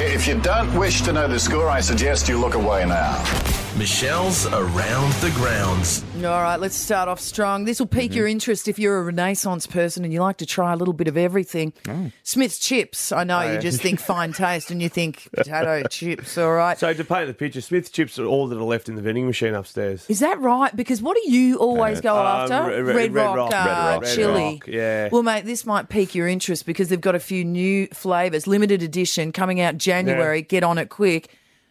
If you don't wish to know the score, I suggest you look away now. Michelle's Around the Grounds. All right, let's start off strong. This will pique your interest if you're a Renaissance person and you like to try a little bit of everything. Smith's chips. I know you just think fine taste and you think potato chips. All right. So to paint the picture, Smith chips are all that are left in the vending machine upstairs. Is that right? Because what do you always go after? Re- re- Uh, um, Red Rock. uh, Red Rock. Red chili. Rock, yeah. Well, mate, this might pique your interest because they've got a few new flavours, limited edition, coming out January. Get on it quick.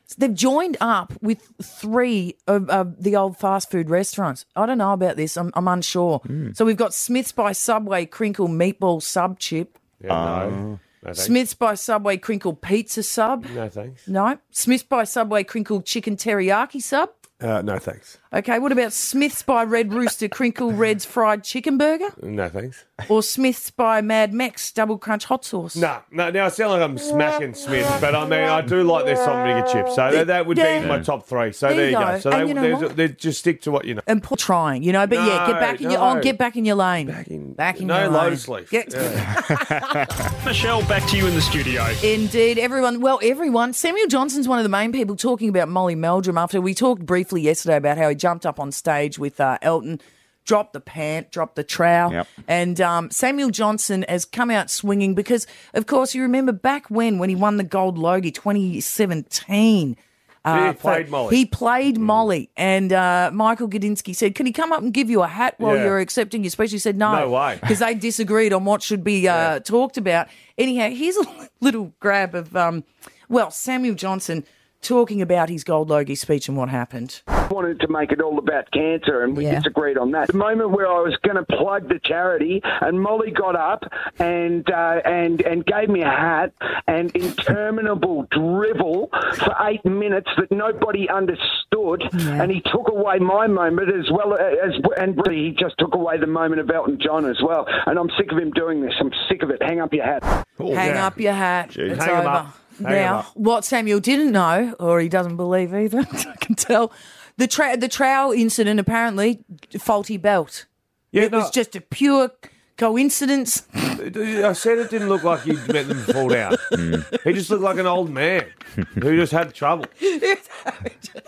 So they've joined up with three of, of the old fast food restaurants. I don't know about this. I'm, I'm unsure. Hmm. So we've got Smith's by Subway Crinkle Meatball Sub Chip, Yeah, Um. no. No thanks. Smith's by Subway Crinkle Pizza Sub. No thanks. No. Smith's by Subway Crinkle Chicken Teriyaki Sub. Uh, no thanks. Okay, what about Smith's by Red Rooster Crinkle Red's Fried Chicken Burger? No thanks. Or Smith's by Mad Max Double Crunch Hot Sauce? No, no. Now I sound like I'm smacking Smith, but I mean I do like their salt and vinegar chips, so that, that would Yeah. be my top three. So There there, you you go. go. So And you know they, what? they, they just stick to what you know. And poor trying, you know, but yeah, get No, back in your oh, no. get back in your lane. Back in- back in No your lane. lotus leaf. Get- Michelle, back to you in the studio. Indeed, everyone. Well, everyone. Samuel Johnson's one of the main people talking about Molly Meldrum after we talked briefly yesterday about how he jumped up on stage with uh, Elton, dropped the pant, dropped the trowel. Yep. And um, Samuel Johnson has come out swinging because, of course, you remember back when, when he won the Gold Logie 2017. He Uh, for- played Molly. Mm. He played Molly. And uh, Michael Gudinski said, Can he come up and give you a hat while Yeah. you're accepting your speech? He said, No. No way. Because they disagreed on what should be uh, talked about. Anyhow, here's a little grab of, um, well, Samuel Johnson talking about his Gold Logie speech and what happened. wanted to make it all about cancer, and we Yeah. disagreed on that. The moment where I was going to plug the charity, and Molly got up and uh, and and gave me a hat and interminable drivel for eight minutes that nobody understood, and he took away my moment as well uh, as and he just took away the moment of Elton John as well. And I'm sick of him doing this. I'm sick of it. Hang up your hat. Oh, Hang up your hat. It's Hang 'em over. up. Hang 'em now, up. what Samuel didn't know, or he doesn't believe either, I can tell, the, tra- the trowel incident apparently, faulty belt. Yeah, it was just a pure coincidence. I said it didn't look like he'd met them fall down. Hmm. He just looked like an old man who just had trouble.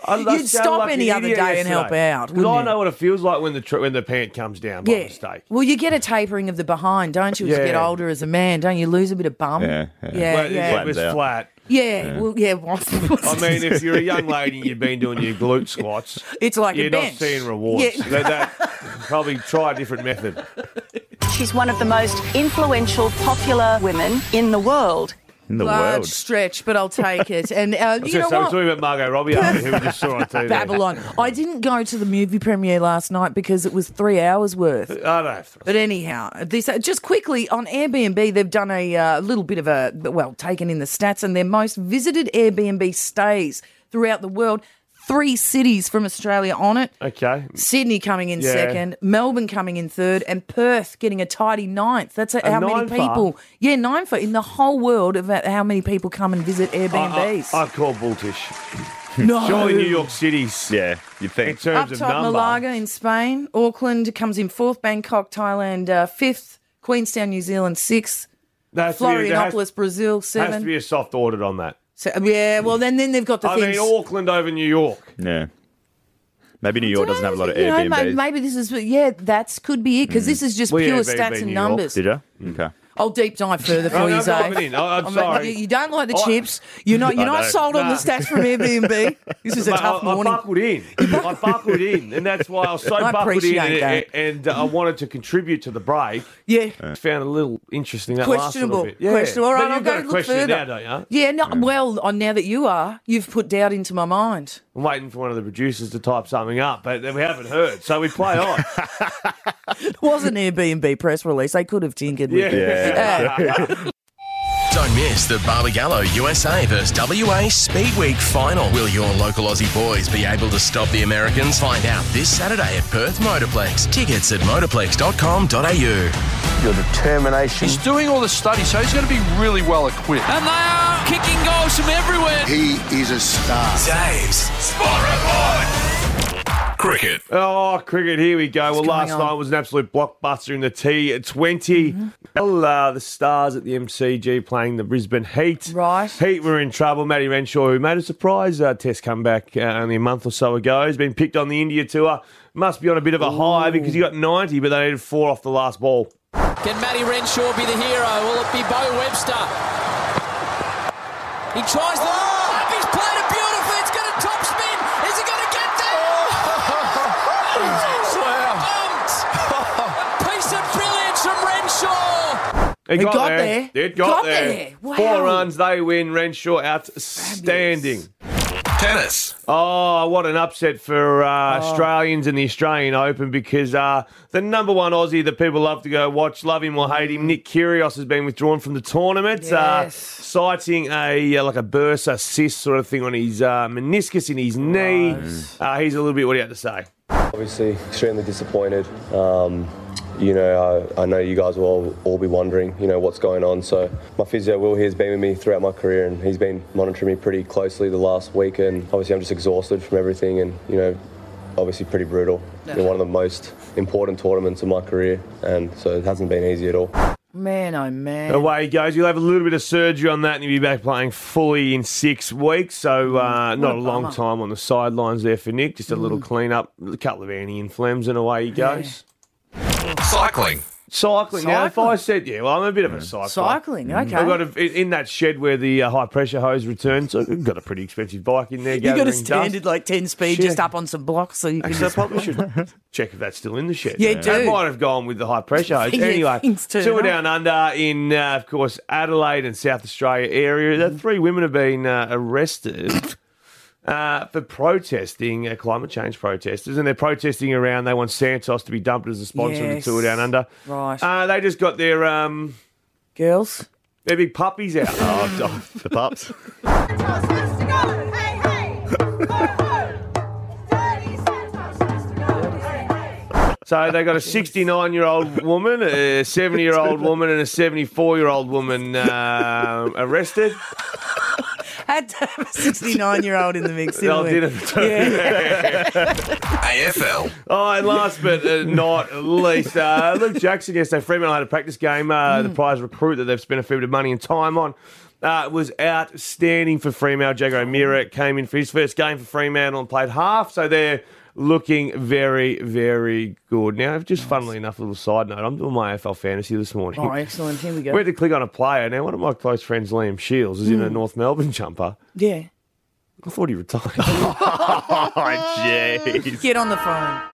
I You'd sounded stop an any other idiot day and help yesterday. out, 'Cause wouldn't I you? know what it feels like when the tr- when the pant comes down by Yeah. mistake. Well, you get a tapering of the behind, don't you? As you get Yeah. older older as a man, don't you lose a bit of bum? Yeah, yeah. yeah, But yeah. It was Flattens out. flat. Well, yeah. I mean, if you're a young lady and you've been doing your glute squats, It's like a you're not bench. seeing rewards. Yeah. That, that- probably try a different method. She's one of the most influential, popular women in the world. In the large world. stretch, but I'll take it. And uh, you so know so we're what? talking about Margot Robbie, aren't we, who we just saw on TV. Babylon. I didn't go to the movie premiere last night because it was three hours worth. I don't have to. But anyhow, this uh, just quickly on Airbnb, they've done a uh, little bit of a well, taken in the stats and their most visited Airbnb stays throughout the world. Three cities from Australia on it. Okay. Sydney coming in Yeah. second, Melbourne coming in third, and Perth getting a tidy ninth. That's how many nine for? people? Yeah, nine for in the whole world of how many people come and visit I, Airbnbs. I, I call bulltish. no, Surely New York City's Yeah, you'd in think. terms of Uptop number. Malaga in Spain, Auckland comes in fourth, Bangkok, Thailand uh, fifth, Queenstown, New Zealand sixth, That's Florianopolis, Brazil Has to seven. be a soft audit on that. So, yeah, well then then they've got the I things. mean, Auckland over New York. Yeah. Maybe New York doesn't have a lot of You know, Airbnbs. Hmm. maybe, maybe this is yeah, that's could be it because this is just Well, yeah, pure maybe stats and New York. numbers. Did you? Okay. I'll deep dive further for Oh, no, you, I'm Zay. diving in. I- I'm mean, sorry. you, you don't like the I- chips. You're not. You're I not don't. sold on the Nah. stats from Airbnb. This is a But I, tough morning. I buckled in. I buckled in, and that's why I was so I buckled in, appreciate and, and uh, I wanted to contribute to the break. yeah. Found a little interesting that Questionable. last little bit. Yeah. Questionable. All right, but I'll you've got go a look question further. now, don't you? Yeah. No, Hmm. well, uh, now that you are, you've put doubt into my mind. I'm waiting for one of the producers to type something up, but we haven't heard, so we play on. It was an Airbnb press release. They could have tinkered with Yeah. it. Don't miss the Barbagallo USA vs WA Speed Week final. Will your local Aussie boys be able to stop the Americans? Find out this Saturday at Perth Motorplex. Tickets at motorplex.com.au. Your determination. He's doing all the study, so he's going to be really well equipped. And they are kicking goals from everywhere. He is a star. Dave's Spot Report. Cricket. Oh, cricket. Here we go. well, last going on? night was an absolute blockbuster in the T20. Well, uh, the stars at the MCG playing the Brisbane Heat. Right. Heat were in trouble. Matty Renshaw, who made a surprise uh, test comeback uh, only a month or so ago, has been picked on the India tour. Must be on a bit of a high because he got 90, but they needed four off the last ball. Can Matty Renshaw be the hero? Will it be Bo Webster? He tries the lob. He's played it beautifully. It's got a top spin. Is he going to get there? It's wow. dumped. a piece of brilliance from Renshaw. It It got, got there. there. It got, Got there. there. Wow. Four runs, they win. Renshaw outstanding. Tennis. Oh, what an upset for uh, Australians in the Australian Open because uh, the number one Aussie that people love to go watch, love him or hate him, Nick Kyrgios has been withdrawn from the tournament, uh, Yes. citing a uh, like a bursa cyst sort of thing on his uh, meniscus in his knee. Uh, he's a little bit what he had to say. Obviously, extremely disappointed. Um, you know, I, I know you guys will all, all be wondering, you know, what's going on. So my physio Will here has been with me throughout my career, and he's been monitoring me pretty closely the last week. And obviously, I'm just exhausted from everything, and you know, obviously pretty brutal. You know, one of the most important tournaments of my career, and so it hasn't been easy at all. Man, oh man. Away he goes. You'll have a little bit of surgery on that, and he'll be back playing fully in six weeks. So uh, not a, long bummer. time on the sidelines there for Nick. Just a little Mm. clean up, a couple of anti inflams, and away he goes. Cycling. Cycling. Now, if I said, yeah, well, I'm a bit of a cycler. Cycling, okay. I've got a, in- in that shed where the uh, high pressure hose returns. I've got a pretty expensive bike in there. You got a gathering standard dust. like ten speed Shit. just up on some blocks, so you can Actually, I just probably should check if that's still in the shed. Yeah, do. That might have gone with the high pressure hose. Yeah, Anyway, things turn two up. down under in, uh, of course, Adelaide and South Australia area. Mm-hmm. The three women have been uh, arrested. Uh, for protesting, uh, climate change protesters, and they're protesting around. They want Santos to be dumped as a sponsor Yes. of the Tour Down Under. Right. Uh, they just got their um, girls, their big puppies out. oh, the pups. So they got a 69 year old woman, a 70 year old woman, and a 74 year old woman uh, arrested. had to have a sixty-nine year old in the mix. They all didn't we? did it. AFL. Oh, and last but uh, not least, uh, Luke Jackson yesterday, Fremantle had a practice game. Uh, The prize recruit that they've spent a fair bit of money and time on. Uh, was outstanding for Fremantle. Jago O'Meara came in for his first game for Fremantle and played half, so they're looking very, very good. Now, just funnily enough, a little side note, I'm doing my AFL fantasy this morning. Oh, excellent. Here we go. We had to click on a player. Now, one of my close friends, Liam Shields, is in a Mm. North Melbourne jumper. yeah. I thought he retired. oh, Get on the phone.